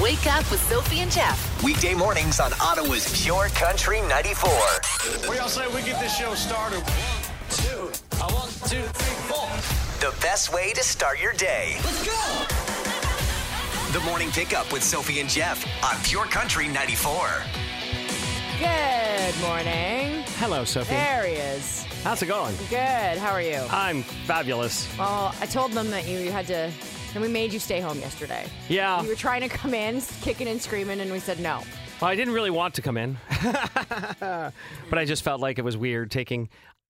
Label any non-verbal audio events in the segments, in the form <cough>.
Wake up with Sophie and Jeff. Weekday mornings on Ottawa's Pure Country 94. What do y'all say we get this show started? One, two, I one, two, three, four. The best way to start your day. Let's go! The morning pickup with Sophie and Jeff on Pure Country 94. Good morning. Hello, Sophie. There he is. How's it going? Good. How are you? I'm fabulous. Well, I told them that you, you had to, and we made you stay home yesterday. Yeah. You were trying to come in, s- kicking and screaming, and we said no. Well, I didn't really want to <laughs> come in, but I just felt like it was weird taking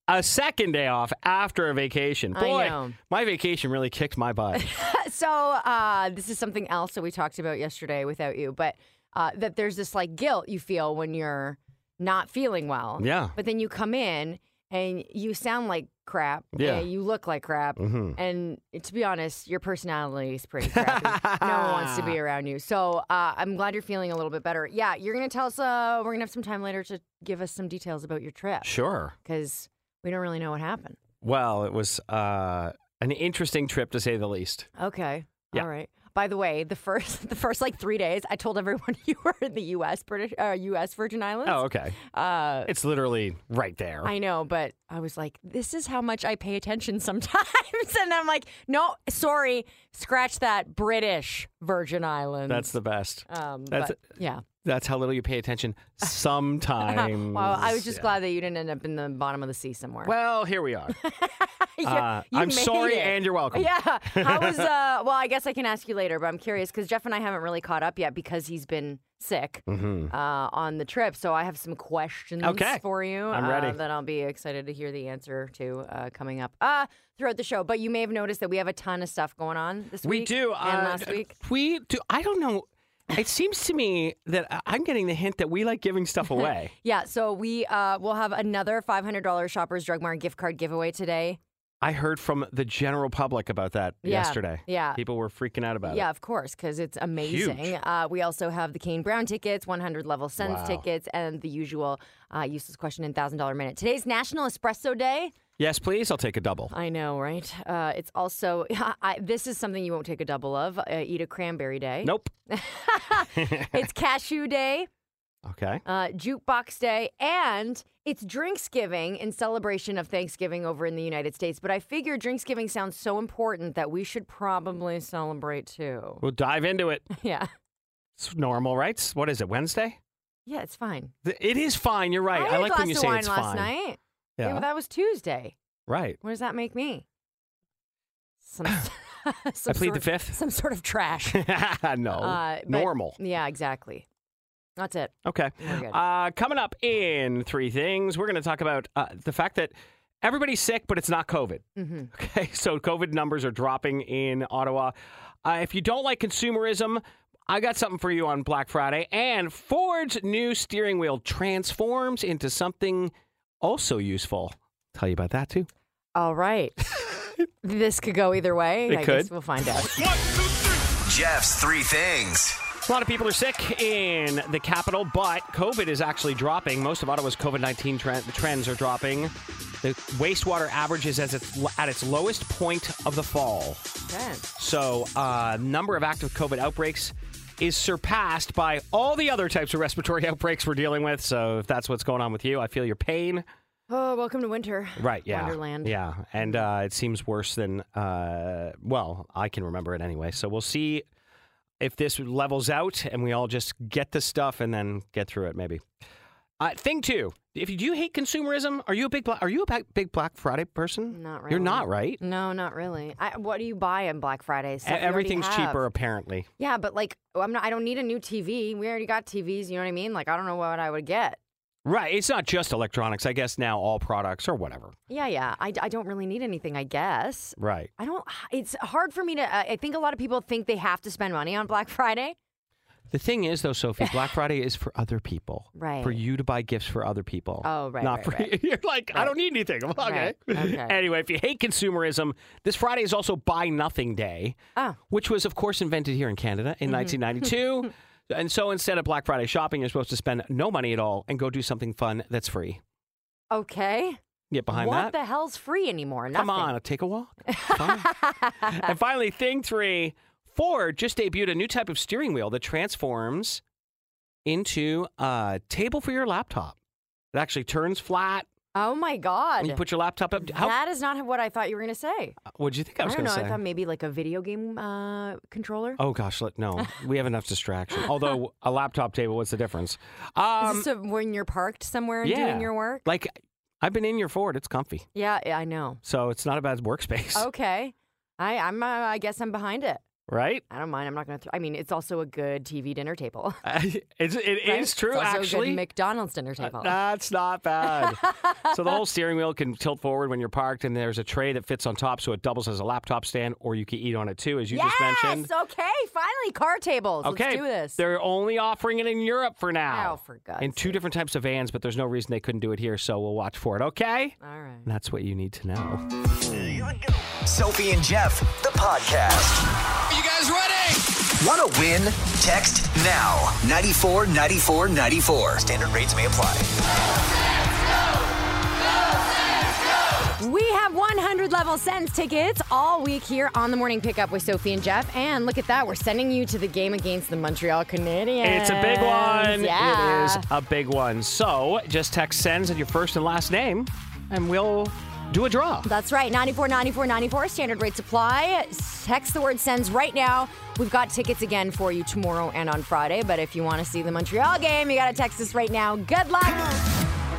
a second day off after a vacation. I Boy, know. my vacation really kicked <laughs> my butt. So uh, this is something else that we talked about yesterday without you, but uh, that there's this like guilt you feel when you're not feeling well. Yeah. But then you come in and you sound like crap. Yeah. Mm-hmm. and You look like crap. And to be honest, your personality is pretty crappy. no one wants <laughs> to be around you. So uh, I'm glad you're feeling a little bit better. Yeah. You're gonna tell us. Uh, we're gonna have some time later to give us some details about your trip sure. because we don't really know what happened. Well, it was uh, an interesting trip to say the least. Okay. Yeah. All right. By the way, the first <laughs> the first like three days, I told everyone <laughs> you were in the U.S. British uh, U.S. Virgin Islands. Oh, okay. Uh, It's literally right there. I know, but I was like, this is how much I pay attention <laughs> sometimes, and I'm like, no, sorry, scratch that British Virgin Islands. That's the best. um, that's- but, yeah. That's how little you <laughs> pay attention sometimes. Well, I was just Mm, Yeah. glad that you didn't end up in the bottom of the sea somewhere. Well, here we are. <laughs> You- uh, you I'm made sorry it. and you're welcome. Yeah. How was uh <laughs> well, I guess I can ask you later, but I'm curious because Jeff and I haven't really caught up yet because he's been sick uh, on the trip. So I have some questions Mm-hmm. Okay. for you. I'm uh, ready. That I'll be excited to hear the answer to uh, coming up uh, throughout the show. But you may have noticed that we have a ton of stuff going on this We week. do. And uh, last week. We do. I don't know. It seems to me that I- I'm getting the hint that we like giving <laughs> stuff away. Yeah, so we uh, will have another $500 Shoppers Drug Mart gift card giveaway today. I heard from the general public about that Yeah, yesterday. yeah. People were freaking out about Yeah, it. of course, because it's amazing. Uh, we also have the Kane Brown tickets, 100 level sense Wow. tickets, and the usual uh, useless question and thousand dollar minute. Today's National Espresso Day. Yes, please. I'll take a double. I know, right? Uh, it's also <laughs> I, this is something you won't take a double of. Uh, eat a cranberry day. Nope. <laughs> it's Cashew Day, Okay. uh, Jukebox Day, and it's Drinksgiving in celebration of Thanksgiving over in the United States. But I figure Drinksgiving sounds so important that we should probably celebrate too. <laughs> We'll dive into it. Yeah, It's normal, right? It's- What is it? Wednesday? yeah, it's fine. Th- It is fine. You're right. I I, had a like glass when you of say wine it's last fine. night. Yeah. Yeah. well, that was Tuesday. right. <laughs> What does that make me? <coughs> Some, <laughs> some I plead sort the fifth. Some sort of <laughs> trash. no. Uh, but- normal. Yeah, exactly. That's it. Okay. We're good. Uh, coming up in three things, we're going to talk about uh, the fact that everybody's sick, but it's not COVID. Mm-hmm. <laughs> Okay. So COVID numbers are dropping in Ottawa. Uh, if you don't like consumerism, I got something for you on Black Friday. And Ford's new steering wheel transforms into something also useful. Tell you about that too. All <laughs> right. this could go either way. It I guess could. we'll find out. Jeff's three things. A lot of people are sick in the capital, but COVID is actually dropping. Most of Ottawa's COVID 19 trend, trends are dropping. The wastewater average is at its, at its lowest point of the fall. Okay. <laughs> So, uh, number of active COVID outbreaks is surpassed by all the other types of respiratory <laughs> outbreaks we're dealing with. So, if that's what's going on with you, I feel your pain. Oh, welcome to winter. Right, yeah. Wonderland. Mm-hmm. Yeah, and uh, it seems worse than, uh, well, I can remember it anyway. So we'll see if this levels out and we all just get the stuff and then get through it, maybe. Uh, thing two, if you do hate consumerism, are you a big Bla- are you a ba- big Black Friday person? Not You're really. not right. No, not really. I, what do you buy on Black Friday? E- Stuff you already Everything's have. cheaper apparently. Yeah, but like, I'm not. I don't need a new TV. We already got TVs. You know what I mean? Like, I don't know what I would get. Right, it's not just electronics. I guess now all products or whatever. Yeah, yeah. I, I don't really need anything. I guess. Right. I don't. <sighs> It's hard for me to. I I think a lot of people think they have to spend money on Black <laughs> Friday. The thing is, though, <laughs> Sophie, Black Friday is for other people. Right. For you to buy gifts for other people. Oh, right, right, Not for right. you. <laughs> You're like, I don't need anything. I'm like, okay. Right, okay. <laughs> anyway, if you hate consumerism, this Friday is also Buy Nothing Day, Oh. which was, of course, invented here in Canada Mm-hmm. in <laughs> 1992. and so instead of Black Friday shopping, you're supposed to spend no money at all and go do something fun that's free. Okay. Get behind what that. the hell's free anymore? <laughs> Come Nothing. on, take a walk. Fine. and finally, thing three Ford just debuted a new type of steering wheel that transforms into a table for your laptop. It actually turns flat. Oh my And god. you put your laptop up. How, that is not what I thought you were going to say. what'd you think I I was don't going know. to say? I thought maybe like a video game uh, controller. Oh gosh, <laughs> let, no, we have enough distraction. Although a laptop table, what's the difference? Um, is this a, when you're parked somewhere and doing your work? Like I've been in your Ford, it's comfy, Yeah, yeah, I know. so it's not a bad workspace, Okay. I I'm uh, I guess I'm behind it. <laughs> right? <laughs> I don't mind. I'm not going to. I mean, it's also a good TV dinner table. <laughs> it's, it is right? true, It's also a actually. Uh, good McDonald's dinner table. That's not bad. so the whole steering wheel can tilt forward when you're parked, and there's a tray that fits on top, so it doubles as a laptop stand, or you can eat on it too, as you yes. just mentioned. Okay. Finally, car tables. Okay, Let's do this. they're only offering it in Europe for now. Oh, for God's In two sake. different types of vans, but there's no reason they couldn't do it here, so we'll watch for it. Okay. All right. And That's what you need to know. Sophie and Jeff, the podcast. You guys ready? Want to win? Text now 94 94 94. Standard rates may apply. We have 100 level sentence tickets all week here on the morning pickup with Sophie and Jeff. And look at that, we're sending you to the game against the Montreal Canadiens. It's a big one. Yeah. It is a big one. So just text sends and your first and last name, and we'll do a draw. That's right, 94, 94, 94, standard rate supply. Text the word sends right now. We've got tickets again for you tomorrow and on Friday. But if you want to see the Montreal game, you got to text us right now. Good luck,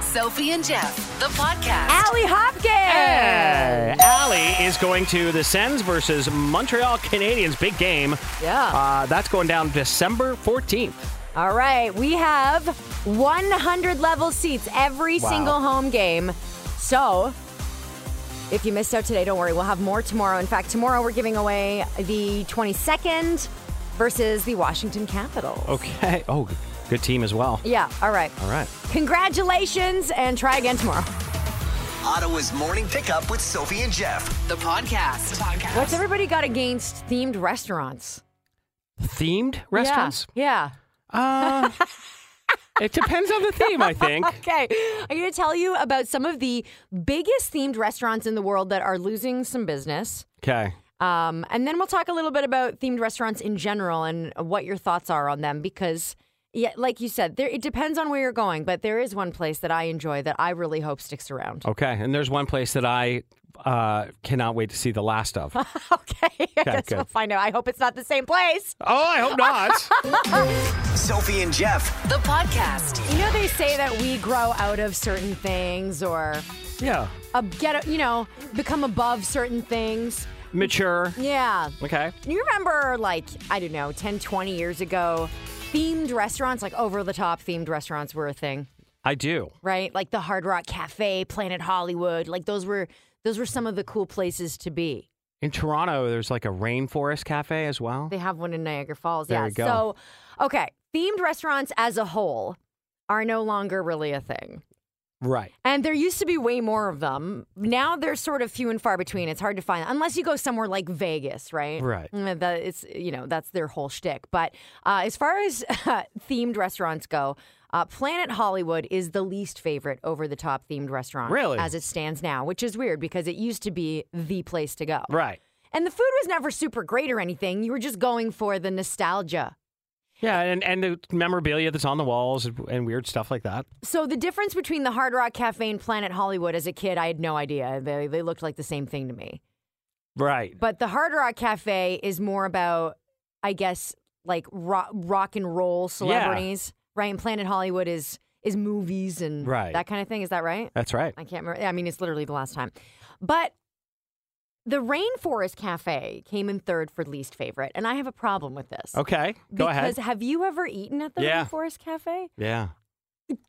Sophie and Jeff, the podcast. Allie Hopkins. Hey, Allie is going to the Sens versus Montreal Canadiens big game. Yeah. Uh, that's going down December 14th. All right, we have 100 level seats every Wow. single home game. So, if you missed out today, don't worry. We'll have more tomorrow. In fact, tomorrow we're giving away the 22nd versus the Washington Capitals. Okay. <laughs> Oh, good team as well. Yeah, all right. All right. Congratulations and try again tomorrow. Ottawa's morning pickup with Sophie and Jeff. The podcast. The podcast. What's everybody got against themed restaurants? Themed restaurants? Yeah. Uh, it depends on the theme, <laughs> I think. yeah. Okay. I'm going to tell you about some of the biggest themed restaurants in the world that are losing some business. Okay. Um, and then we'll talk a little bit about themed restaurants in general and what your thoughts are on them because, yeah, like you said, there, it depends on where you're going, but there is one place that I enjoy that I really hope sticks around. <laughs> Okay. And there's one place that I uh, cannot wait to see the last <laughs> of. oh, Okay, I guess good. we'll find out. I hope it's not the same place. I hope <laughs> not. Sophie and Jeff. The podcast. You know, they say that we grow out of certain things or yeah. uh, get, you know, become above certain things. Mature. Yeah. Okay. You remember, like, I don't know, 10, 20 years ago, themed restaurants, like over the top themed restaurants were a thing. I do. right? Like the Hard Rock Cafe, Planet Hollywood, like those were those were some of the cool places to be. In Toronto, there's like a rainforest cafe as well. They have one in Niagara Falls. There yeah. you go. So, okay, themed restaurants as a whole are no longer really a thing. Right. And there used to be way more of them. Now they're sort of few and far between. It's hard to find unless you go somewhere like Vegas, right? Right. Mm, That it's you know that's their whole shtick. But uh, as far as <laughs> themed restaurants go, uh, Planet Hollywood is the least favorite over the top themed restaurant, Really? as it stands now, which is weird because it used to be the place to go. Right. And the food was never super great or anything. You were just going for the nostalgia. Yeah, and, and the memorabilia that's on the walls and weird stuff like that. So the difference between the Hard Rock Cafe and Planet Hollywood as a kid, I had no idea. They, they looked like the same thing to me. Right. But the Hard Rock Cafe is more about, I guess, like rock, rock and roll celebrities, right? And Planet Hollywood is is movies and Right. that kind of thing. Is that right? That's right. I can't remember. I mean, it's literally the last time. But the Rainforest Cafe came in third for least favorite, and I have a problem with this. Okay. Go Because ahead. have you ever eaten at the Yeah. Rainforest Cafe? Yeah.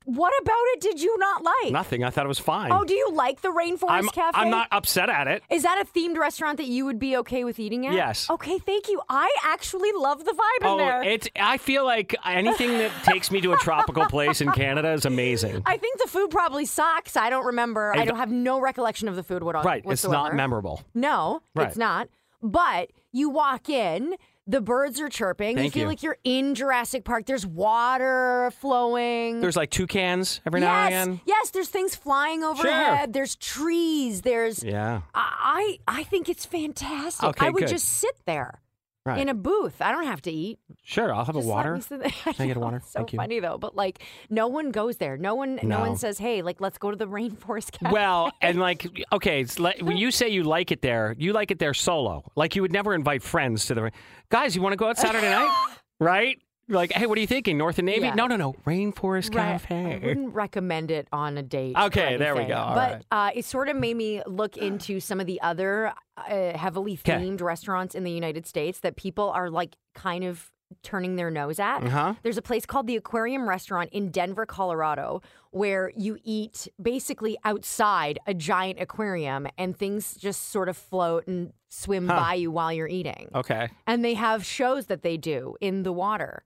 What about it did you not like? Nothing. I thought it was fine. Oh, do you like the Rainforest I'm, Cafe? I'm not upset at it. Is that a themed restaurant that you would be okay with eating at? Yes. Okay, thank you. I actually love the vibe in Oh, there. it's. I feel like anything that takes me to a tropical place in Canada is amazing. I think the food probably sucks. I don't remember. I And- don't have no recollection of the food what- right. whatsoever. It's not memorable. No, Right. it's not. But you walk in, the birds are chirping. Thank you feel you. like you're in Jurassic Park. There's water flowing. There's like two cans every now yes, and again. yes. There's things flying overhead. There's trees. There's Yeah. I I I think it's fantastic. Okay, I would good. just sit there. Right. in a booth. I don't have to eat. Sure, I'll have Just a let water. me sit there. <laughs> Can I get a know, water? it's So Thank you. funny though, but like no one goes there. No one, no. No. one says, "Hey, like let's go to the <laughs> rainforest." Cafe. Well, and like, okay, it's like, when you say you like it there, you like it there solo. Like, you would never invite friends to the guys. You want to go out Saturday night, <laughs> right? Like, hey, what are you thinking, North and Navy? Yeah. No, no, no, Rainforest Right. I Cafe. wouldn't recommend it on a date. or Okay, there we anything. go. All but uh, it sort of made me look into some of the other uh, heavily 'Kay. themed restaurants in the United States that people are like kind of turning their nose at. Uh-huh. There's a place called the Aquarium Restaurant in Denver, Colorado, where you eat basically outside a giant aquarium and things just sort of float and swim by you while you're eating Okay. and they have shows that they do in the water.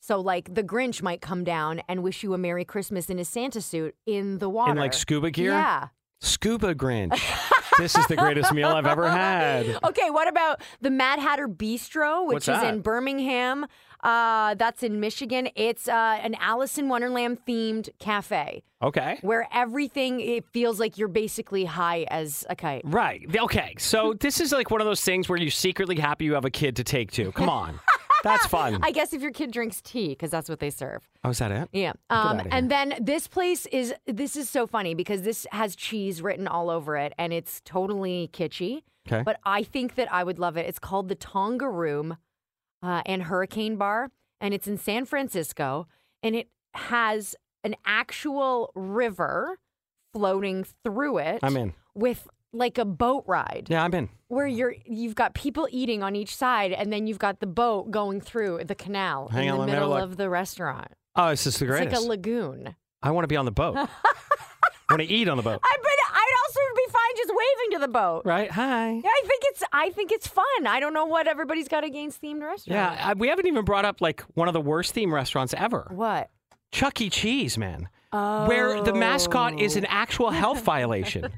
So like the Grinch might come down and wish you a Merry Christmas in his Santa suit in the water. In like scuba gear? Yeah. <laughs> Scuba Grinch. this is the greatest meal I've ever had. Okay, what about the Mad Hatter Bistro, which What's is that? in Birmingham? Uh, that's in Michigan. It's uh, an Alice in Wonderland themed cafe Okay. where everything it feels like you're basically high as a kite. Right. Okay. So this is like one of those things where you're secretly happy you have a kid to take to. Come on. <laughs> That's fun. I guess if your kid drinks tea, because that's what they serve. oh, is that it? Yeah. outta Um, here. and then this place is this is so funny because this has cheese written all over it and it's totally kitschy. 'Kay. But I think that I would love it. It's called the Tonga Room uh, and Hurricane Bar, and it's in San Francisco, and it has an actual river floating through it. I'm in. With like a boat ride Yeah, I'm in. where you're you've got people eating on each side and then you've got the boat going through the canal Hang in on, the let me have a middle look. of the restaurant. Oh, this is the It's greatest. like a lagoon. I want to be on the <laughs> boat. I want to eat on the boat. I but I'd also be fine just waving to the boat. Right? Hi. Yeah, I think it's I think it's fun. I don't know what everybody's got against themed restaurants. Yeah, I, we haven't even brought up like one of the worst theme restaurants ever. What? Chuck E. Cheese, man. Where the mascot is an actual Oh. <laughs> health violation.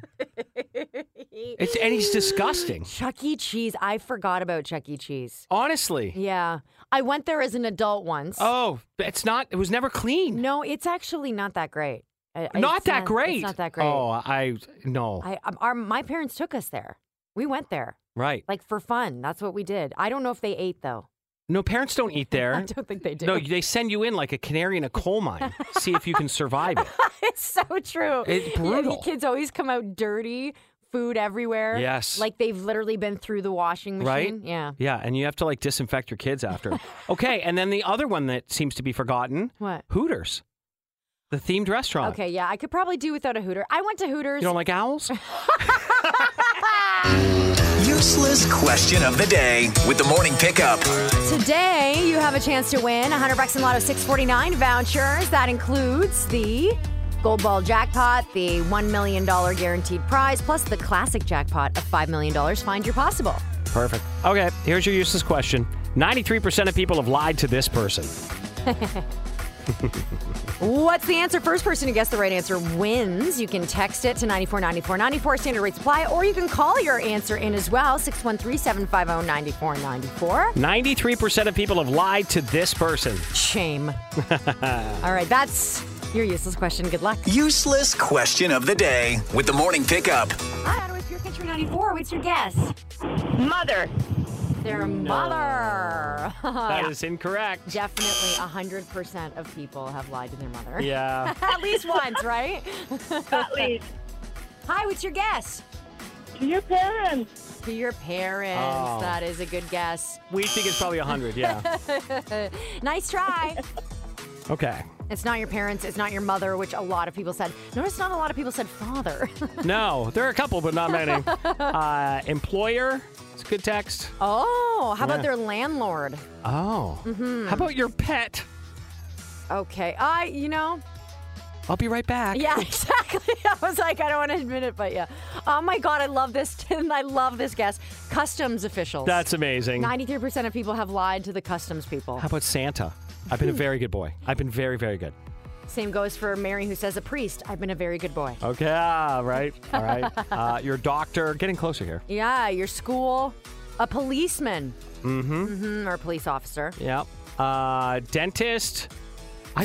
it's, and he's disgusting. Chuck E. Cheese. I forgot about Chuck E. Cheese. Honestly. Yeah. I went there as an adult once. Oh, it's not, it was never clean. No, it's actually not that great. I- I- not it's that great. It's not that great. Oh, I, no. I, um, our, my parents took us there. We went there, right. like for fun. That's what we did. I don't know if they ate though. No, parents don't eat <laughs> I there. don't think they do. No, they send you in like a canary in a coal mine. see if you can survive it. <laughs> it's so true. It's Yeah, the brutal. kids always come out dirty, food everywhere. Yes. Like they've literally been through the washing Right? machine. Yeah. Yeah, and you have to like disinfect your kids after. okay, and then the other one that seems to be forgotten What? Hooters, the themed restaurant. Okay, yeah, I could probably do without a Hooter. I went to Hooters. You don't <laughs> like owls? Useless question of the day with the morning pickup. Today, you have a chance to win 100 bucks in Lotto 649 vouchers. That includes the Gold Ball jackpot, the $1 million guaranteed prize, plus the classic jackpot of $5 million. Find your possible. Perfect. Okay, here's your useless question 93% of people have lied to this person. What's the answer? First person to guess the right answer wins. You can text it to 949494, standard rates apply, or you can call your answer in as well, 613 750 9494. 93% of people have lied to this person. <laughs> Shame. All right, that's your useless question. Good luck. Useless question of the day with the morning pickup. Hi, Ottawa's Pure Country 94. What's your guess? Mother. Their mother. <laughs> That is incorrect. Definitely 100% of people have lied to their mother. Yeah. <laughs> At least once, right? At least. Hi, what's your guess? Your parents. To your parents. Oh. That is a good guess. We think it's probably 100, <laughs> yeah. Nice try. Okay. It's not your parents. It's not your mother, which a lot of people said. Notice not a lot of people said father. <laughs> No, there are a couple, but not many. Uh, employer, it's a good text. oh, how Yeah. about their landlord? Oh. Mm-hmm. How about your pet? Okay. I, you know, I'll be right back. yeah, <laughs> exactly. I was like, I don't want to admit it, but yeah. Oh my God, I love this. <laughs> I love this guess. Customs officials. That's amazing. 93% of people have lied to the customs people. How about Santa? I've been a very good boy. I've been very, very good. Same goes for Mary, who says, a priest. I've been a very good boy. Okay, ah, right, all <laughs> right. Uh, your doctor, getting closer here. Yeah, your school, a Mm-hmm. Mm-hmm, policeman. Mm hmm. Mm hmm. Or a police officer. Yeah. Uh, dentist. I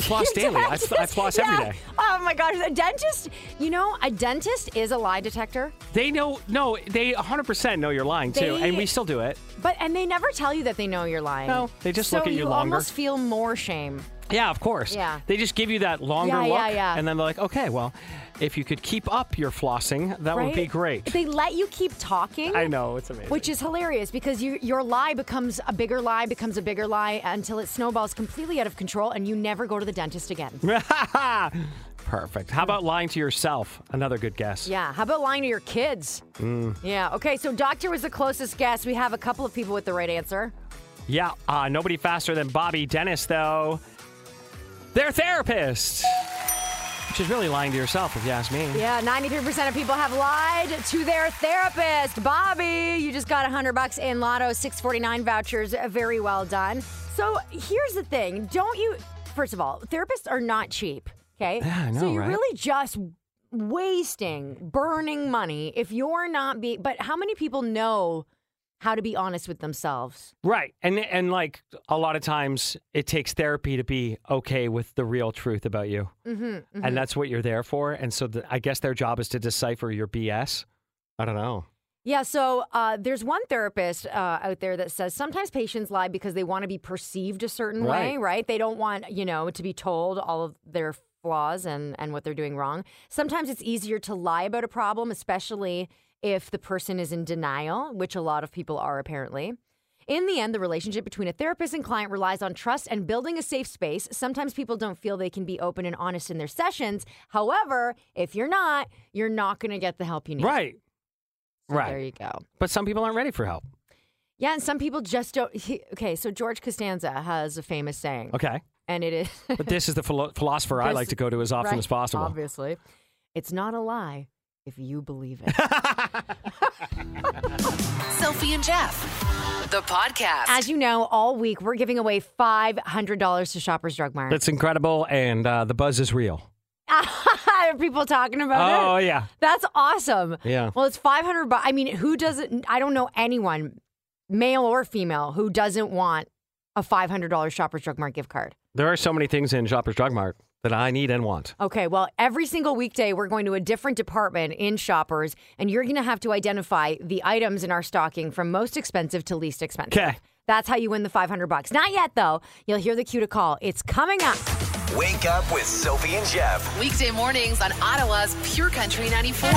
<laughs> <laughs> floss Your daily. I, I dentist- floss Yeah. every day. Oh my gosh, a dentist. You know, a dentist is a lie detector, They know, no, they 100% know you're lying too, They- and we still do it. but and they never tell you that they know you're lying. No, they just so look at you you longer. almost feel more shame. Yeah, of course. Yeah. They just give you that longer Yeah, look, yeah, yeah. and then they're like, okay, well, if you could keep up your flossing, that would be right? great. They let you keep talking. I know, it's amazing. Which is hilarious because you, your lie becomes a bigger lie, becomes a bigger lie until it snowballs completely out of control and you never go to the dentist again. <laughs> Perfect. How about lying to yourself? Another good guess. Yeah. How about lying to your kids? Mm. Yeah. Okay. So, doctor was the closest guess. We have a couple of people with the right answer. Yeah, uh, nobody faster than Bobby Dennis, though. They're therapists. Which is really lying to yourself, if you ask me. Yeah. 93% of people have lied to their therapist. Bobby, you just got 100 bucks in Lotto 649 vouchers. Very well done. So, here's the thing don't you, first of all, therapists are not cheap. Okay. I know, so, you're right? really just wasting, burning money if you're not being, but how many people know how to be honest with themselves? Right. And and like a lot of times it takes therapy to be okay with the real truth about you. Mm-hmm, And that's what you're there for. And so the, I guess their job is to decipher your BS. I don't know. Yeah, so uh, there's one therapist uh, out there that says sometimes patients lie because they want to be perceived a certain way, Right. right? They don't want, you know, to be told all of their flaws and, and what they're doing wrong. Sometimes it's easier to lie about a problem, especially if the person is in denial, which a lot of people are apparently. In the end, the relationship between a therapist and client relies on trust and building a safe space. Sometimes people don't feel they can be open and honest in their sessions. However, if you're not, you're not going to get the help you need. Right. So right. There you go. But some people aren't ready for help. Yeah, and some people just don't. He, okay, so George Costanza has a famous saying, Okay. and it is <laughs> But this is the philo- philosopher I This- like to go to as often right, as possible. Obviously, it's not a lie if you believe <laughs> it. Sophie and Jeff, the podcast. As you know, all week we're giving away five hundred dollars to Shoppers Drug Mart. That's incredible. And uh, the buzz is real. <laughs> Are people talking about Oh, it? yeah. That's awesome. Yeah. Well, it's five hundred. But I mean, who doesn't? I don't know anyone, male or female, who doesn't want a five hundred dollars Shoppers Drug Mart gift card. There are so many things in Shoppers Drug Mart that I need and want. Okay, well, every single weekday, we're going to a different department in Shoppers, and you're going to have to identify the items in our stocking from most expensive to least expensive. 'Kay. That's how you win the 500 bucks. Not yet, though. You'll hear the cue to call. It's coming up. Wake up with Sophie and Jeff. Weekday mornings on Ottawa's Pure Country 94.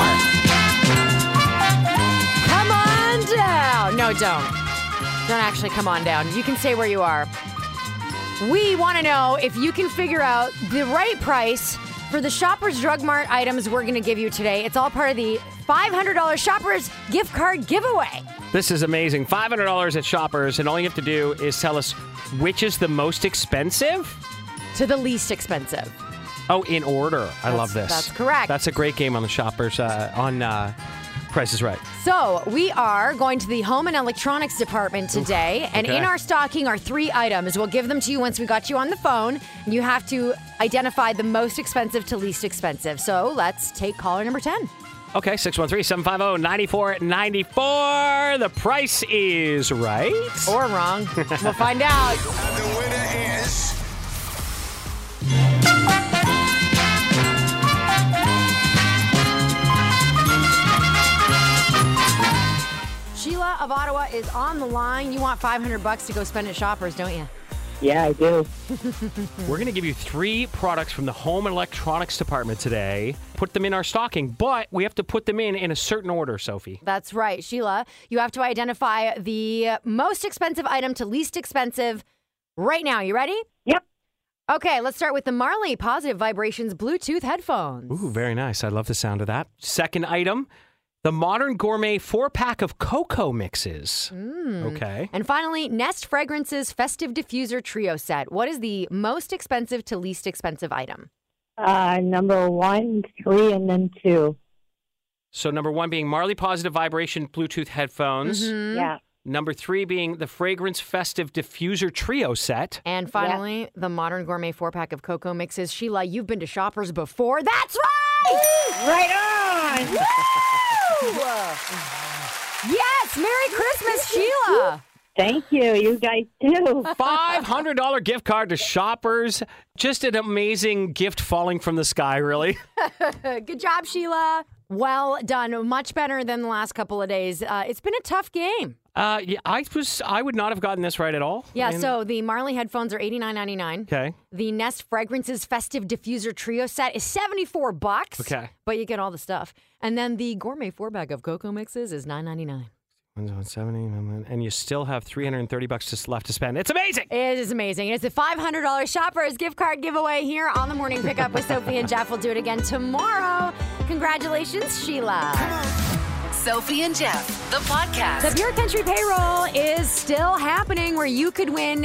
Come on down. No, don't. Don't actually come on down. You can stay where you are. We want to know if you can figure out the right price for the Shoppers Drug Mart items we're going to give you today. It's all part of the $500 Shoppers gift card giveaway. This is amazing. $500 at Shoppers, and all you have to do is tell us which is the most expensive. to the least expensive. Oh, in order. I love this. that's correct. That's a great game on the Shoppers uh, on uh, Price is Right. So we are going to the home and electronics department today, and okay. in our stocking are three items. We'll give them to you once we got you on the phone. And you have to identify the most expensive to least expensive. So let's take caller number ten. Okay, oh, 613-750-9494. The Price is Right. Or wrong. we'll find out. The winner is Sheila of Ottawa is on the line. You want five hundred bucks to go spend at Shoppers, don't you? Yeah, I do. We're going to give you three products from the home and electronics department today. Put them in our stocking, but we have to put them in in a certain order, Sophie. That's right, Sheila. You have to identify the most expensive item to least expensive right now. You ready? Yep. Okay, let's start with the Marley Positive Vibrations Bluetooth headphones. Ooh, very nice. I love the sound of that. Second item, the Modern Gourmet four pack of cocoa mixes. Mm. Okay. And finally, Nest Fragrances Festive Diffuser Trio Set. What is the most expensive to least expensive item? Uh, number one, three, and then two. So, number one being Marley Positive Vibration Bluetooth headphones. Mm-hmm. Yeah. Number three being the Fragrance Festive Diffuser <laughs> Trio set. And finally, the Modern Gourmet four pack of cocoa mixes. Sheila, you've been to Shoppers before. That's right! Right on. Yes! Merry Christmas, Sheila! Thank you. You guys too. $500 gift card to shoppers. Just an amazing gift falling from the <laughs> sky, really. Good job, Sheila. Well done. Much better than the last couple of days. Uh, it's been a tough game. Uh, yeah, I was I would not have gotten this right at all. Yeah, And- so the Marley headphones are eighty nine ninety nine. Okay. The Nest Fragrances Festive Diffuser Trio set is seventy four bucks. Okay. But you get all the stuff. And then the gourmet four bag of cocoa mixes is nine ninety nine. 170, and you still have 330 bucks just left to spend. It's amazing. It is amazing. It's a $500 Shoppers gift card giveaway here on the Morning Pickup with Sophie and Jeff. We'll do it again tomorrow. Congratulations, Sheila. Sophie and Jeff, the The podcast. Pure Country Payroll is still happening where you could win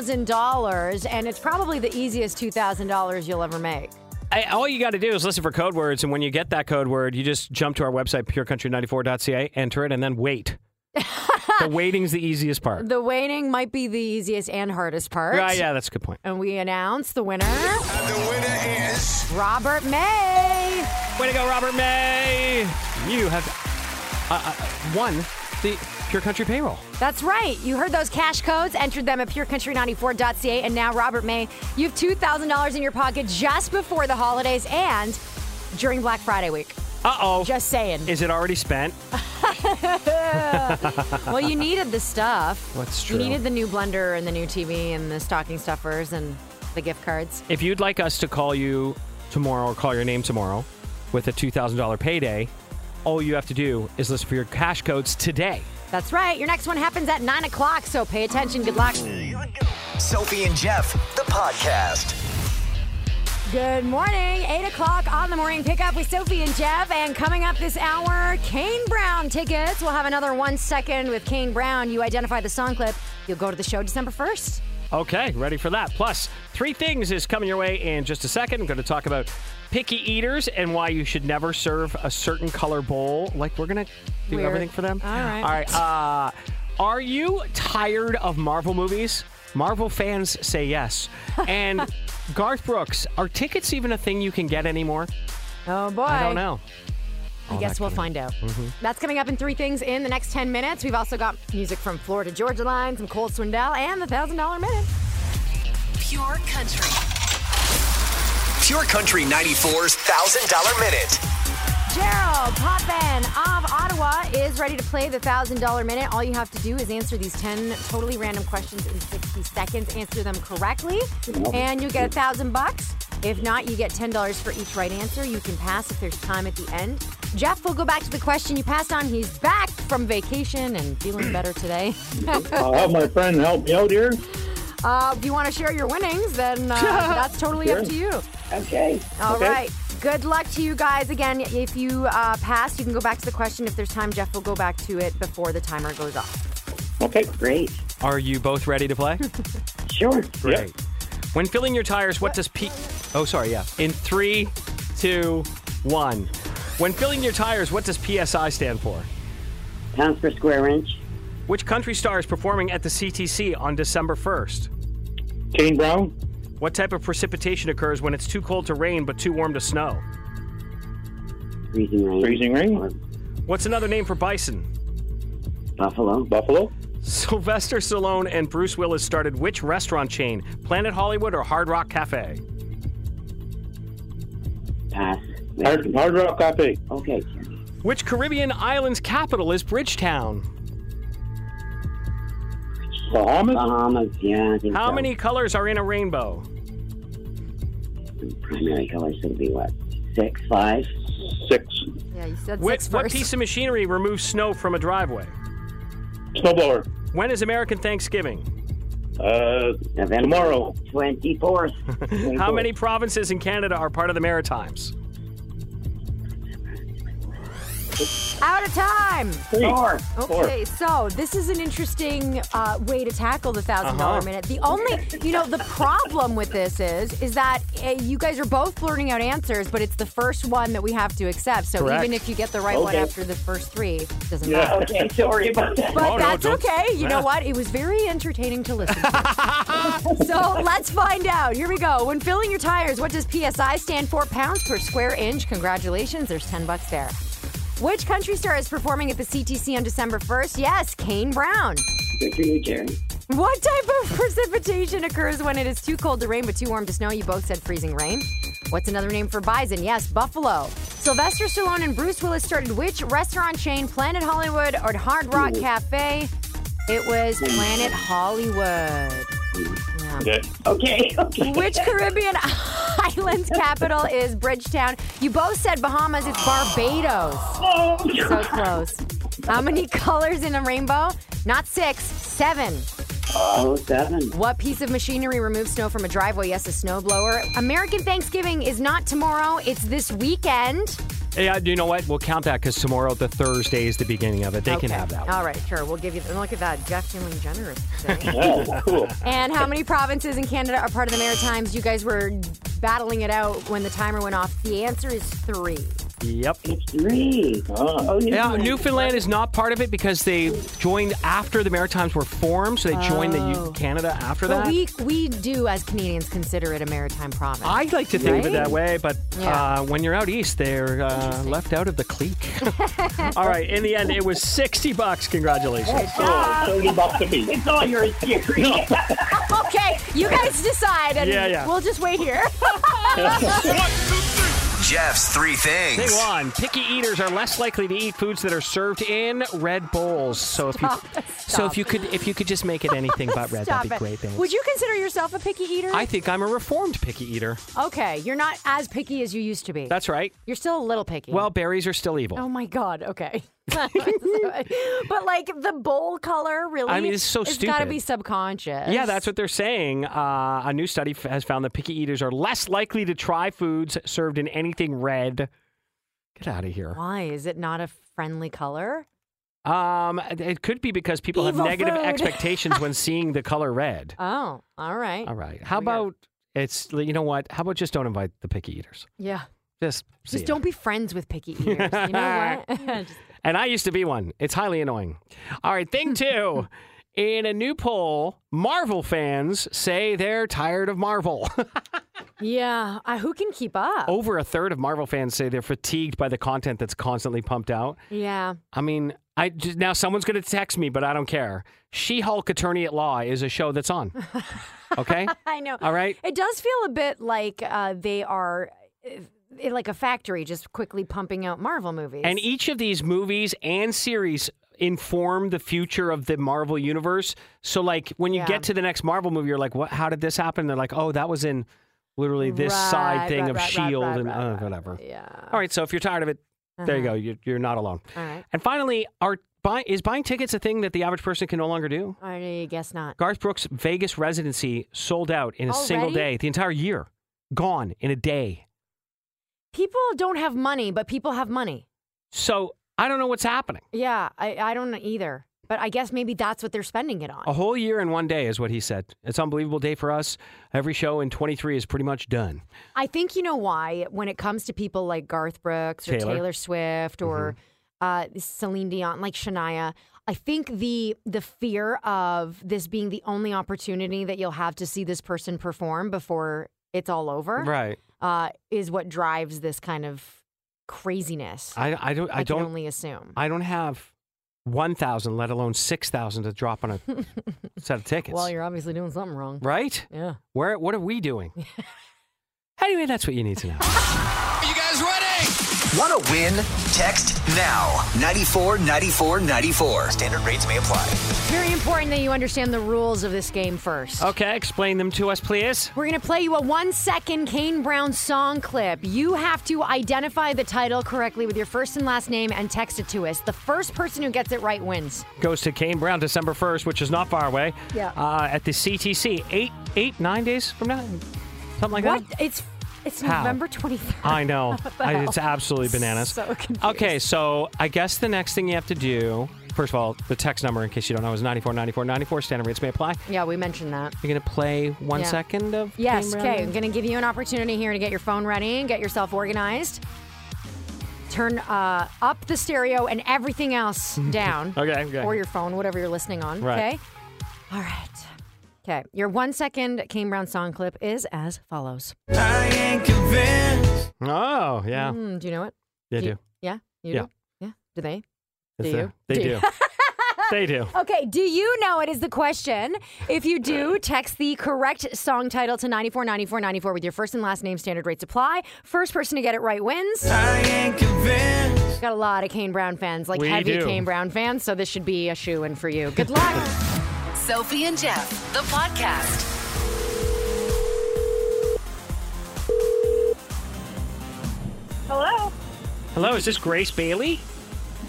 $2,000, and it's probably the easiest $2,000 you'll ever make. I- all you got to do is listen for code words, and when you get that code word, you just jump to our website, purecountry94.ca, enter it, and then wait. the waiting's the easiest part. The waiting might be the easiest and hardest part. Yeah, yeah, that's a good point. And we announce the winner. And the winner is Robert May. Way to go, Robert May! You have uh, uh, won the Pure Country payroll. That's right. You heard those cash codes, entered them at purecountry94.ca, and now Robert May, you have $2,000 in your pocket just before the holidays and during Black Friday week. Uh oh. Just saying. Is it already spent? well, you needed the stuff. That's You true. needed the new blender and the new TV and the stocking stuffers and the gift cards. If you'd like us to call you tomorrow or call your name tomorrow with a $2,000 payday, all you have to do is listen for your cash codes today. That's right. Your next one happens at 9 o'clock, so pay attention. Good luck. Sophie and Jeff, the podcast. Good morning. 8 o'clock on the morning pickup with Sophie and Jeff. And coming up this hour, Kane Brown tickets. We'll have another one second with Kane Brown. You identify the song clip. You'll go to the show December 1st. Okay, ready for that. Plus, three things is coming your way in just a second. I'm going to talk about picky eaters and why you should never serve a certain color bowl. Like, we're going to do Weird. everything for them. All right. All right. Uh, are you tired of Marvel movies? Marvel fans <laughs> say yes. And Garth Brooks, are tickets even a thing you can get anymore? Oh, boy. I don't know. Oh, I guess we'll find out. Mm-hmm. That's coming up in three things in the next 10 minutes. We've also got music from Florida Georgia Line, some Cole Swindell, and the $1,000 minute. Pure Country. Pure Country 94's $1,000 minute. Gerald Potvin of Ottawa is ready to play the $1,000 minute. All you have to do is answer these 10 totally random questions in 60 seconds, answer them correctly, and you get a 1000 bucks. If not, you get $10 for each right answer. You can pass if there's time at the end. Jeff will go back to the question you passed on. He's back from vacation and feeling better today. I'll have my friend help me out here. Uh, if you want to share your winnings, then <laughs> uh, that's totally up to you. Okay. All right. Good luck to you guys again. If you uh, pass, you can go back to the question. If there's time, Jeff will go back to it before the timer goes off. Okay, great. Are you both ready to play? Sure. Great. When filling your tires, what does P? Oh, sorry. Yeah. In three, two, one. When filling your tires, what does PSI stand for? Pounds per square inch. Which country star is performing at the CTC on December 1st? Kane Brown, What type of precipitation occurs when it's too cold to rain but too warm to snow? Freezing rain. freezing Or ring, What's another name for bison? <laughs> Buffalo. Buffalo, Sylvester Stallone and Bruce Willis started which restaurant chain? Planet Hollywood or Hard Rock Cafe? Pass. Hard, hard Rock Cafe, Okay, Jerry. Which Caribbean island's capital is Bridgetown? Bahamas, Bahamas. Yeah. I think How so. many colors are in a rainbow? primary colors would be what? Six, five. six. Yeah, you said Which, six what first. piece of machinery removes snow from a driveway? Snowblower, When is American Thanksgiving? uh, November. tomorrow, <laughs> 24th. How many provinces in Canada are part of the Maritimes? Out of time. three. Four. Okay, so this is an interesting uh, way to tackle the thousand dollar Uh-huh. minute. The only, you know, the problem with this is, is that uh, you guys are both blurting out answers, but it's the first one that we have to accept. So Correct. even if you get the right one Okay. after the first three, it doesn't Yeah. matter. Okay, sorry about <laughs> that. But Oh, no, that's don't- okay. You know yeah. what? It was very entertaining to listen to. <laughs> so let's find out. Here we go. When filling your tires, what does PSI stand for? Pounds per square inch. Congratulations. There's 10 bucks there. Which country star is performing at the CTC on December 1st? Yes, Kane Brown. Good for you, Jerry. What type of <laughs> precipitation occurs when it is too cold to rain but too warm to snow? You both said freezing rain. What's another name for bison? Yes, buffalo. Sylvester Stallone and Bruce Willis started which restaurant chain, Planet Hollywood or Hard Rock Cafe? It was Planet Hollywood. Okay. Okay, okay. Which Caribbean <laughs> island's capital is Bridgetown? You both said Bahamas, it's Barbados. Oh, So close. How many <laughs> colors in a rainbow? Not six, seven. oh, seven. What piece of machinery removes snow from a driveway? Yes, a snowblower. American Thanksgiving is not tomorrow, it's this weekend. Yeah, uh, you know what? We'll count that because tomorrow, the Thursday, is the beginning of it. They can Okay. have that. One. All right, sure. We'll give you. and Look at that. Jeff feeling generous <laughs> today. Oh, <laughs> cool. and how many provinces in Canada are part of the Maritimes? You guys were battling it out when the timer went off. The answer is three. Yep. It's three. Ah. Oh, you Yeah, know, Newfoundland is not part of it because they joined after the Maritimes were formed, so they joined the U- Canada after Oh. But that. we we do as Canadians consider it a maritime province. I like to think of it Right? that way, but Yeah. uh, when you're out east, they're uh, left out of the clique. <laughs> All right, in the end, it was 60 bucks. Congratulations. Oh, 30 bucks a piece. It's all yours, Jerry. okay, you guys decide, and Yeah, yeah. we'll just wait <laughs> here. <laughs> Jeff's three Thing things. one, picky eaters are less likely to eat foods that are served in red bowls. So if you, so if you could, if you could just make it anything but red, Stop that'd be it. great. Thanks. Would you consider yourself a picky eater? I think I'm a reformed picky eater. okay, you're not as picky as you used to be. That's right. you're still a little picky. Well, berries are still evil. Oh my God. <laughs> Okay, <laughs> but like the bowl color, really. I mean, it's so It's got to stupid. be subconscious. Yeah, that's what they're saying. Uh, a new study f- has found that picky eaters are less likely to try foods served in anything red. Get out of here. Why is it not a friendly color? Um, it could be because people Evil have negative food. <laughs> expectations when seeing the color red. Oh, all right. All right. How we go. about it's you know what? How about just don't invite the picky eaters? Yeah. Just see Just ya. don't be friends with picky eaters. You <laughs> know what? Just- And I used to be one. It's highly annoying. All <laughs> right, thing two. In a new poll, Marvel fans say they're tired of Marvel. <laughs> yeah. Uh, who can keep up? Over a third of Marvel fans say they're fatigued by the content that's constantly pumped out. Yeah. I mean, I just, now someone's going to text me, but I don't care. She-Hulk Attorney at Law is a show that's on. <laughs> Okay? I know. All right. It does feel a bit like uh, they are uh, like a factory just quickly pumping out Marvel movies. And e each of these movies and series inform the future of the Marvel universe. So like when you Yeah. get to the next Marvel movie, you're like, what how did this happen? They're like, oh, that was in literally this Right, side thing right, of right, right, Shield right, and right, uh, right, whatever. yeah. Uh-huh. All right, so if you're tired of it, there you go. You're, you're not alone. All right. And finally, are buy, is buying tickets a thing that the average person can no longer do? I guess not. Garth Brooks' Vegas residency sold out in a single Already? day, the entire year. Gone in a day. People don't have money, but people have money. So I don't know what's happening. Yeah. I, I don't know either. But I guess maybe that's what they're spending it on. A whole year in one day is what he said. It's unbelievable day for us. Every show in 23 is pretty much done. I think you know why when it comes to people like Garth Brooks or Taylor, Taylor. Mm-hmm. Swift or uh, Celine Dion, like Shania. I think the the fear of this being the only opportunity that you'll have to see this person perform before it's all over Right. uh, is what drives this kind of craziness. I, I, I don't. I, can don't. only assume. I don't have 1,000, let alone 6,000 to drop <laughs> on a set of tickets. well, you're obviously doing something wrong. right. Yeah. Where? What are <laughs> we doing? anyway, that's what you need to know. Want to win? Text now 94 94 94. Standard rates may apply. Very important that you understand the rules of this game first. Okay, explain them to us, please. We're going to play you a one second Kane Brown song clip. You have to identify the title correctly with your first and last name and text it to us. The first person who gets it right wins. Goes to Kane Brown December 1st, which is not far away. Yeah. Uh, at the CTC, eight, eight, nine days from now, something like What? that. It's it's How? November 23rd. <laughs> I know. I, it's absolutely bananas. So confused. Okay, so I guess the next thing you have to do, first of all, the text number, in case you don't know, is 94 94 94. Standard rates may apply. Yeah, we mentioned that. You're going to play one Yeah. second of. Yes, Game okay. Round? I'm going to give you an opportunity here to get your phone ready and get yourself organized. Turn uh, up the stereo and everything else down. <laughs> Okay, okay. Or your phone, whatever you're listening on. Right. Okay. All right. Okay. Your one second Kane Brown song clip is as follows. I ain't convinced. Oh, yeah. Mm, do you know it? They do. Yeah. You Yeah. do? Yeah. Do they? It's do a- you? <laughs> They Do do. you? <laughs> They do. Okay, do you know it is the question? If you <laughs> do, text the correct song title to 949494 with your first and last name, standard rates apply. First person to get it right wins. I ain't convinced. Got a lot of Kane Brown fans, like We heavy do. Kane Brown fans, so this should be a shoe in for you. Good luck. Sophie and Jeff, the podcast. Hello. Hello, is this Grace Bailey?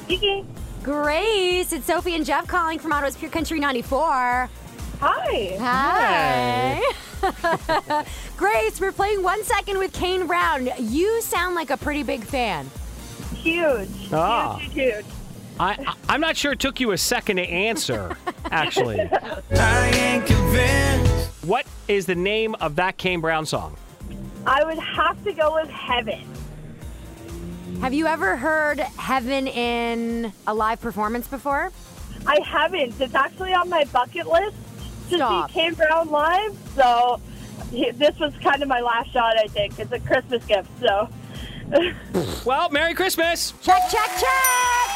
Speaking. Grace, it's Sophie and Jeff calling from Ottawa's Pure Country 94. Hi. Hi. <laughs> Grace, we're playing one second with Kane Brown. You sound like a pretty big fan. <laughs> Huge. Ah. Huge, huge, huge. I, I I'm not sure it took you a second to answer. <laughs> Actually, I ain't convinced. what is the name of that Kane Brown song? I would have to go with heaven. Have you ever heard Heaven in a live performance before? I haven't. It's actually on my bucket list to Stop. see Kane Brown live. So he- this was kind of my last shot, I think. It's a Christmas gift. So Well, Merry Christmas. Check, check, check!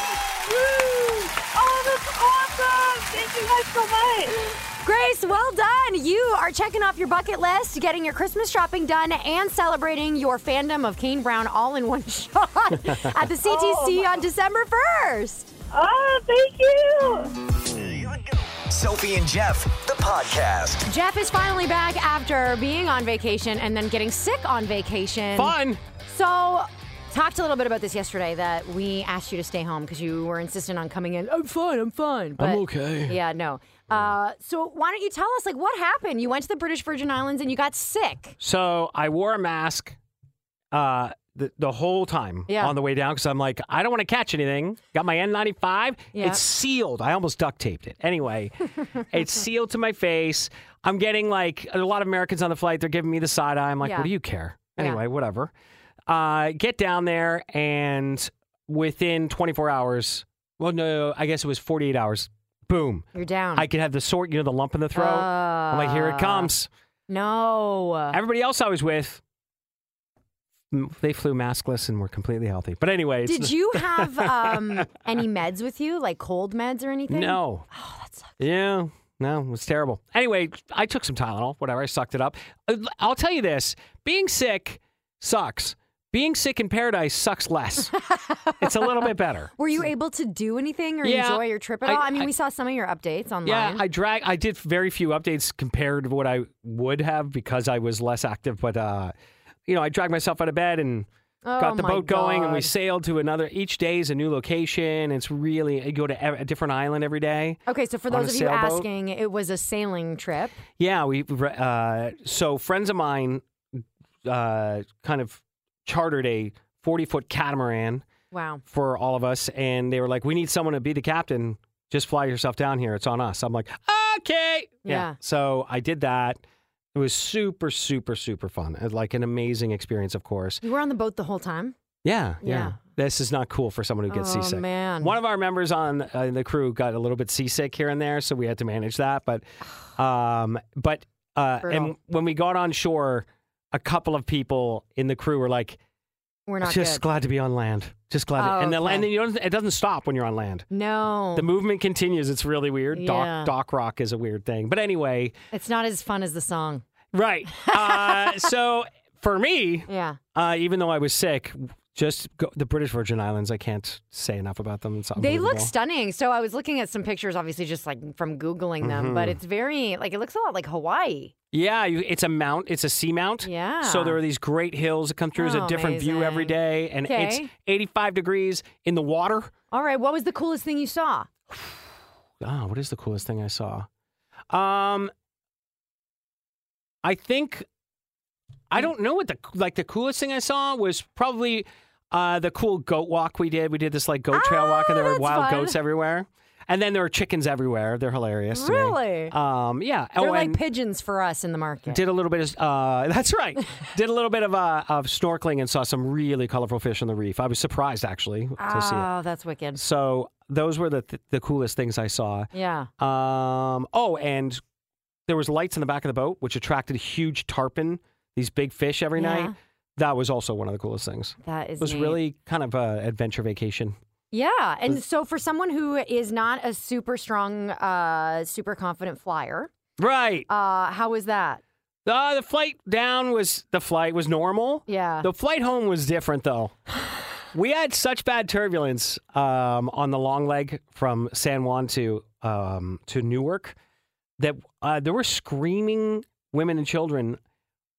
oh, that's awesome! Thank you guys so much. Grace, well done. You are checking off your bucket list, getting your Christmas shopping done, and celebrating your fandom of Kane Brown all in one <laughs> shot at the CTC on December 1st. Oh, thank you. Sophie and Jeff, the podcast. Jeff is finally back after being on vacation and then getting sick on vacation. Fun. So, talked a little bit about this yesterday that we asked you to stay home because you were insistent on coming in. I'm fine, I'm fine. But, okay. Yeah, no. Uh, so, why don't you tell us, like, what happened? You went to the British Virgin Islands and you got sick. So I wore a mask uh, the, the whole time Yeah. on the way down because I'm like, I don't want to catch anything. Got my N95. Yeah. It's sealed. I almost duct taped it. <laughs> Anyway, it's sealed to my face. I'm getting like a lot of Americans on the flight. They're giving me the side eye. I'm like, Yeah. what do you care? Yeah. Anyway, whatever. Uh, get down there and within 24 hours, well, no, I guess it was 48 hours. Boom. You're down. I could have the sort, you know, the lump in the throat. I'm like, here it Ah. comes. no. <laughs> Everybody else I was with, m- they flew maskless and were completely healthy. But anyway, it's Did you have um, any meds with you, like cold meds or anything? <laughs> no, Oh, that sucks. yeah, no, it was terrible. Anyway, I took some Tylenol, whatever. I sucked it up. Uh, I'll tell you this: being sick sucks. Being sick in paradise <laughs> sucks less. it's a little bit better. Were you able to do anything or Yeah, enjoy your trip at I- all? I mean, I- we saw some of your updates online. Yeah, I drag. I did very few updates compared to what I would have because I was less active. But uh, you know, I dragged myself out of bed and Oh, got the my boat going, and we God. sailed to another. Each day is a new location. It's really you go to ev- a different island every day. Okay, so for on a those of you sailboat. asking, it was a sailing trip. Yeah, we uh, so friends of mine uh, kind of chartered a forty foot catamaran Wow. for all of us, and they were like, "We need someone to be the captain. Just fly yourself down here. It's on us." I'm like, "Okay." Yeah. So I did that. It was super, super, super fun. It was Like an amazing experience, of course. You were on the boat the whole time? Yeah, yeah. Yeah. This is not cool for someone who gets Oh, seasick. man. One of our members on uh, the crew got a little bit seasick here and there, so we had to manage that. <sighs> But, um, but, uh, Brutal. and when we got on shore, a couple of people in the crew were like, We're not "Just good. glad to be on land. Just glad." Oh, to, and the okay. and then you don't, it doesn't stop when you're on land. no. The movement continues. It's really weird. Yeah. Doc, doc rock is a weird thing. But anyway, it's not as fun as the song. right. <laughs> Uh, so for me, Yeah. uh, even though I was sick, just go, the British Virgin Islands. I can't say enough about them. It's They look unbelievable. stunning. So I was looking at some pictures, obviously, just like from Googling them, Mm-hmm. but it's very, like, it looks a lot like Hawaii. yeah. You, it's a mount. It's a sea mount. Yeah. So there are these great hills that come through. There's Oh, a different view every amazing. day, and Okay. it's 85 degrees in the water. All right. What was the coolest thing you saw? Ah, what is the coolest thing I saw? Um, I think I don't know what the like the coolest thing I saw was probably uh, the cool goat walk we did. We did this like goat trail walk, and there Ah, were that's wild fun. goats everywhere, and then there were chickens everywhere. They're hilarious. to me. Really? Um, yeah. They're oh, like and pigeons for us in the market. did a little bit of uh, <laughs> that's <laughs> right. did a little bit of uh, of snorkeling and saw some really colorful fish on the reef. I was surprised actually to see it. oh, that's wicked. So those were the th- the coolest things I saw. Yeah. Um. Oh, and there was lights in the back of the boat, which attracted huge tarpon, these big fish every Yeah. night. That was also one of the coolest things. That is It was neat. really kind of a adventure vacation. Yeah. And so for someone who is not a super strong, uh, super confident flyer, Right. uh, how was that? Uh, the flight down was the flight was normal. Yeah. <laughs> The flight home was different though. We had such bad turbulence um, on the long leg from San Juan to um, to Newark that uh, there were screaming women and children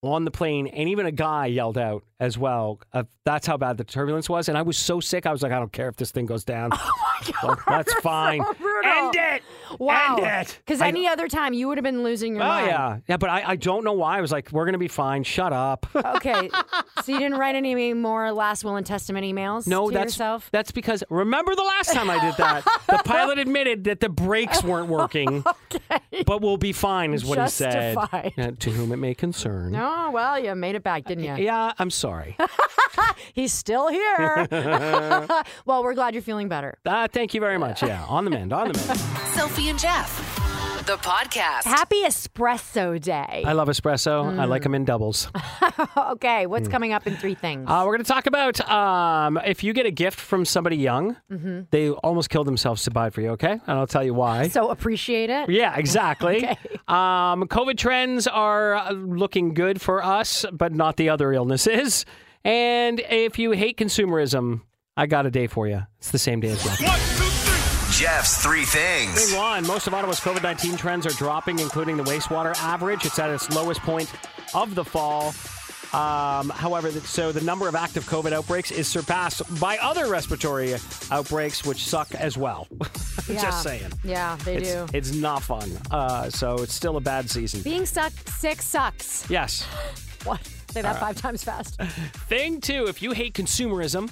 on the plane, and even a guy yelled out as well. Uh, that's how bad the turbulence was, and I was so sick. I was like, I don't care if this thing <laughs> goes down. Oh my god, that's fine. brutal. End it. Wow. End it. Because I- any other time you would have been losing your Oh mind. yeah, <laughs> yeah. But I, I don't know why. I was like, we're gonna be fine. Shut up. <laughs> Okay. so you didn't write any more last will and testament emails no, to that's yourself? that's because remember the last time I did <laughs> that, the pilot admitted that the brakes weren't working. But we'll be fine, is what Justified. he said. Uh, to whom it may concern. Oh, well, you made it back, didn't you? Uh, Yeah, <laughs> I'm sorry. He's still <laughs> here. <laughs> well, we're glad you're feeling better. Uh, thank you very much. Yeah, on the mend, on the <laughs> mend. Sophie and Jeff, the podcast. Happy Espresso Day. I love espresso. I Mm. like them in doubles. <laughs> okay, what's hmm. coming up in three things? Uh, we're going to talk about um, if you get a gift from somebody young, Mm-hmm. they almost kill themselves to buy it for you, okay? And I'll tell you why. so appreciate it. <laughs> Yeah, exactly. um, COVID trends are uh, looking good for us, but not the other illnesses. And if you hate consumerism, I got a day for you. It's the same day as well. Jeff's three things. Day one, most of Ottawa's COVID 19 trends are dropping, including the wastewater average. It's at its lowest point of the fall. Um, however, th- so the number of active COVID outbreaks is surpassed by other respiratory outbreaks, which suck as well. <laughs> Yeah. Just saying. Yeah, they It's, do. it's not fun. Uh, so it's still a bad season. Being suck sick sucks. <laughs> Yes. What? Say Uh, that five times <laughs> fast. Thing two, if you hate consumerism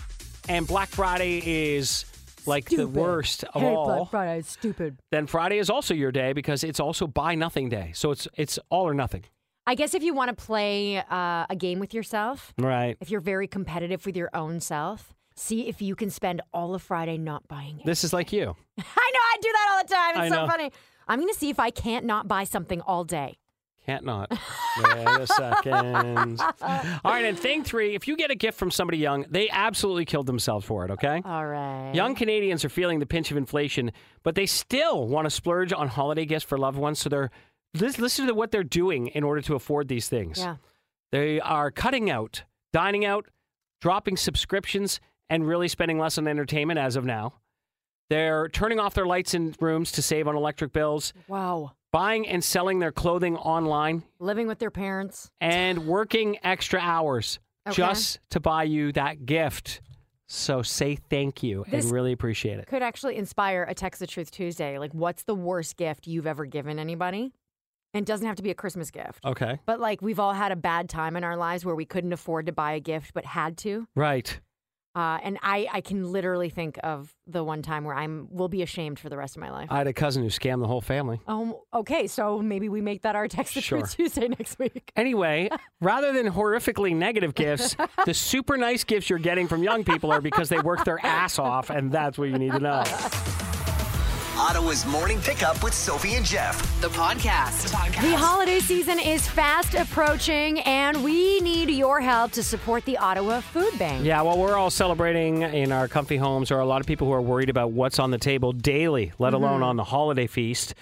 and Black Friday is like Stupid. the worst of Hey, all, Black Friday is stupid. then Friday is also your day because it's also buy nothing day. So it's it's all or nothing. I guess if you want to play uh, a game with yourself, Right. if you're very competitive with your own self, see if you can spend all of Friday not buying it. <laughs> This is like you. I know I do that all the time. It's I so know. funny. I'm going to see if I can't not buy something all day. Can't not. Wait <laughs> a second. All right, and thing three, if you get a gift from somebody young, they absolutely killed themselves for it, okay? All right. Young Canadians are feeling the pinch of inflation, but they still want to splurge on holiday gifts for loved ones. So they're lis- listen to what they're doing in order to afford these things. Yeah. They are cutting out, dining out, dropping subscriptions, and really spending less on entertainment as of now. They're turning off their lights in rooms to save on electric bills, Wow. buying and selling their clothing online, Living with their parents. <sighs> and working extra hours Okay. just to buy you that gift. So say thank you This- and really appreciate it. Could actually inspire a Text the Truth Tuesday. Like, what's the worst gift you've ever given anybody? And it doesn't have to be a Christmas gift. Okay. But like, we've all had a bad time in our lives where we couldn't afford to buy a gift but had to. Right. Uh, and I, I can literally think of the one time where I'm will be ashamed for the rest of my life. I had a cousin who scammed the whole family. um, okay, so maybe we make that our Text the Sure. Truth <laughs> Tuesday next week. Anyway, rather than horrifically negative gifts, the super nice gifts you're getting from young people are because they work their ass off, and that's what you need to know. Ottawa's morning pickup with Sophie and Jeff. The podcast. The holiday season is fast approaching, and we need your help to support the Ottawa Food Bank. Yeah, well, we're all celebrating in our comfy homes. There are a lot of people who are worried about what's on the table daily, let alone on the holiday feast.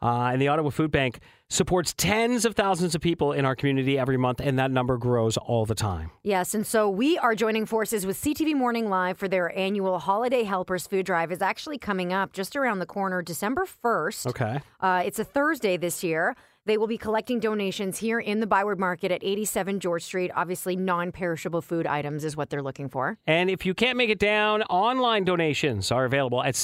Uh, and the Ottawa Food Bank supports tens of thousands of people in our community every month, and that number grows all the time. Yes, and so we are joining forces with CTV Morning Live for their annual Holiday Helpers Food Drive. is actually coming up just around the corner, December 1st. Okay. Uh, it's a Thursday this year. They will be collecting donations here in the Byward Market at 87 George Street. Obviously, non perishable food items is what they're looking for. And if you can't make it down, online donations are available at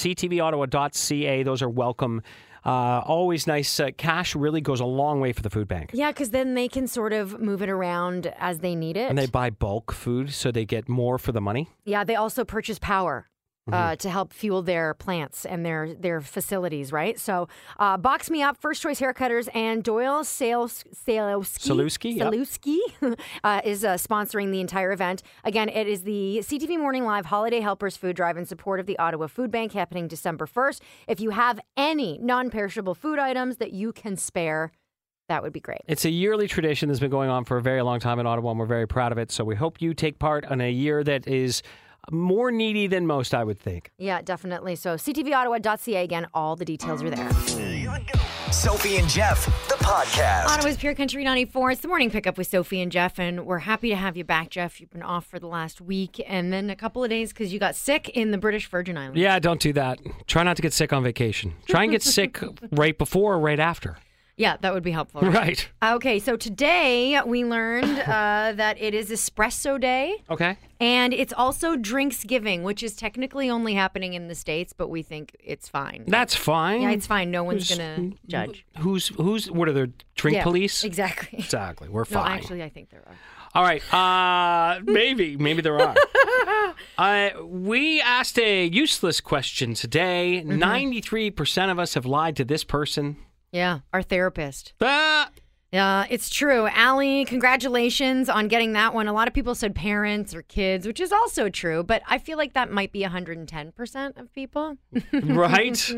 ctvottawa.ca. Those are welcome. Uh, always nice. Uh, cash really goes a long way for the food bank. Yeah, because then they can sort of move it around as they need it. And they buy bulk food so they get more for the money. yeah, they also purchase power. Mm-hmm. Uh, to help fuel their plants and their their facilities, right? So, uh, box me up, First Choice Haircutters and Doyle Sales Salowski Salewski, yep. Salewski <laughs> uh, is uh, sponsoring the entire event. Again, it is the CTV Morning Live Holiday Helpers Food Drive in support of the Ottawa Food Bank happening December 1st. If you have any non perishable food items that you can spare, that would be great. It's a yearly tradition that's been going on for a very long time in Ottawa, and we're very proud of it. So we hope you take part in a year that is more needy than most, I would think. Yeah, definitely. So ctvottawa.ca again, all the details are there. Sophie and Jeff, the podcast. Ottawa's Pure Country 94. It's the morning pickup with Sophie and Jeff, and we're happy to have you back, Jeff. You've been off for the last week and then a couple of days because you got sick in the British Virgin Islands. Yeah, don't do that. Try not to get sick on vacation. Try and get sick right before or right after. <laughs> Yeah, that would be helpful. Right. Okay, so today we learned uh, <laughs> that it is espresso day. Okay. And it's also Drinksgiving, which is technically only happening in the States, but we think it's fine. That's fine. yeah, it's fine. No one's Who's- going to judge. Who's who's what are the drink Yeah, police? Exactly. Exactly. We're <laughs> No, fine. actually, I think there are. All right. Uh, maybe, maybe there <laughs> are. uh, we asked a useless question today. Mm-hmm. 93 percent of us have lied to this person. Yeah, our therapist. Ah! Yeah, it's true. Allie, congratulations on getting that one. A lot of people said parents or kids, which is also true, but I feel like that might be 110% of people. <laughs> right.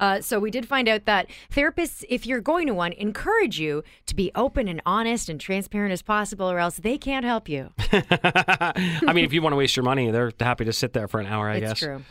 Uh, so we did find out that therapists, if you're going to one, encourage you to be open and honest and transparent as possible, or else they can't help you. I mean, if you want to waste your money, they're happy to sit there for an hour. I it's guess. true.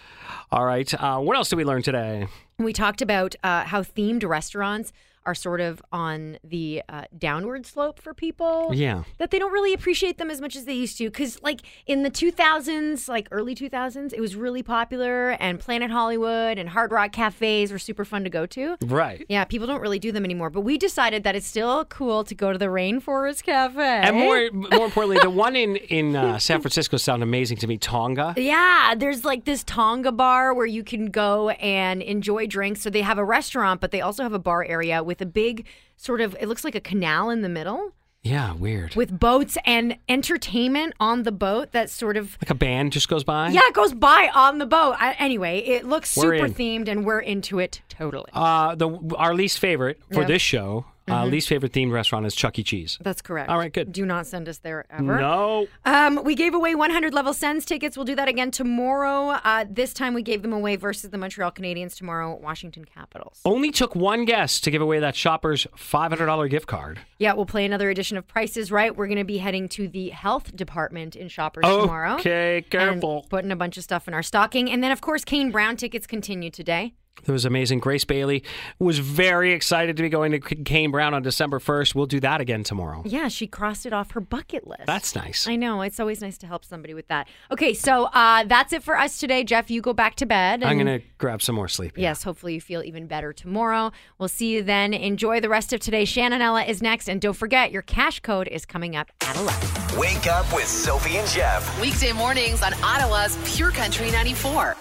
All right. Uh, what else did we learn today? We talked about uh, how themed restaurants are sort of on the uh, downward slope for people. Yeah. That they don't really appreciate them as much as they used to. Because, like, in the 2000s, like early 2000s, it was really popular, and Planet Hollywood and Hard Rock cafes were super fun to go to. Right. Yeah, people don't really do them anymore. But we decided that it's still cool to go to the Rainforest Cafe. And Eh? more, more importantly, the one in in uh, San Francisco sounded amazing to me. Tonga. Yeah, there's like this Tonga bar where you can go and enjoy drinks. So they have a restaurant, but they also have a bar area with a big sort of it looks like a canal in the middle Yeah. Weird. with boats and entertainment on the boat that's sort of like a band just goes by. yeah, it goes by on the boat. I, anyway, it looks We're super in. themed and we're into it totally. Uh, the our least favorite for Yep. this show, Mm-hmm. uh, least favorite themed restaurant is Chuck E. Cheese. That's correct. All right, good. Do not send us there ever. No. Um, we gave away 100 level sends tickets. We'll do that again tomorrow. Uh, this time we gave them away versus the Montreal Canadiens tomorrow, Washington Capitals. Only took one guess to give away that shopper's five hundred dollar gift card. Yeah, we'll play another edition of Prices Right. We're going to be heading to the health department in Shoppers tomorrow. Okay, careful. And putting a bunch of stuff in our stocking. And then, of course, Kane Brown tickets continue today. That was amazing. Grace Bailey was very excited to be going to C- Kane Brown on December first. We'll do that again tomorrow. Yeah, she crossed it off her bucket list. That's nice. I know. It's always nice to help somebody with that. Okay, so uh, that's it for us today. Jeff, you go back to bed. I'm and- gonna grab some more sleep. Yes, hopefully you feel even better tomorrow. We'll see you then. Enjoy the rest of today. Shannon Ella is next. And don't forget, your cash code is coming up at 11. Wake up with Sophie and Jeff. Weekday mornings on Ottawa's Pure Country 94.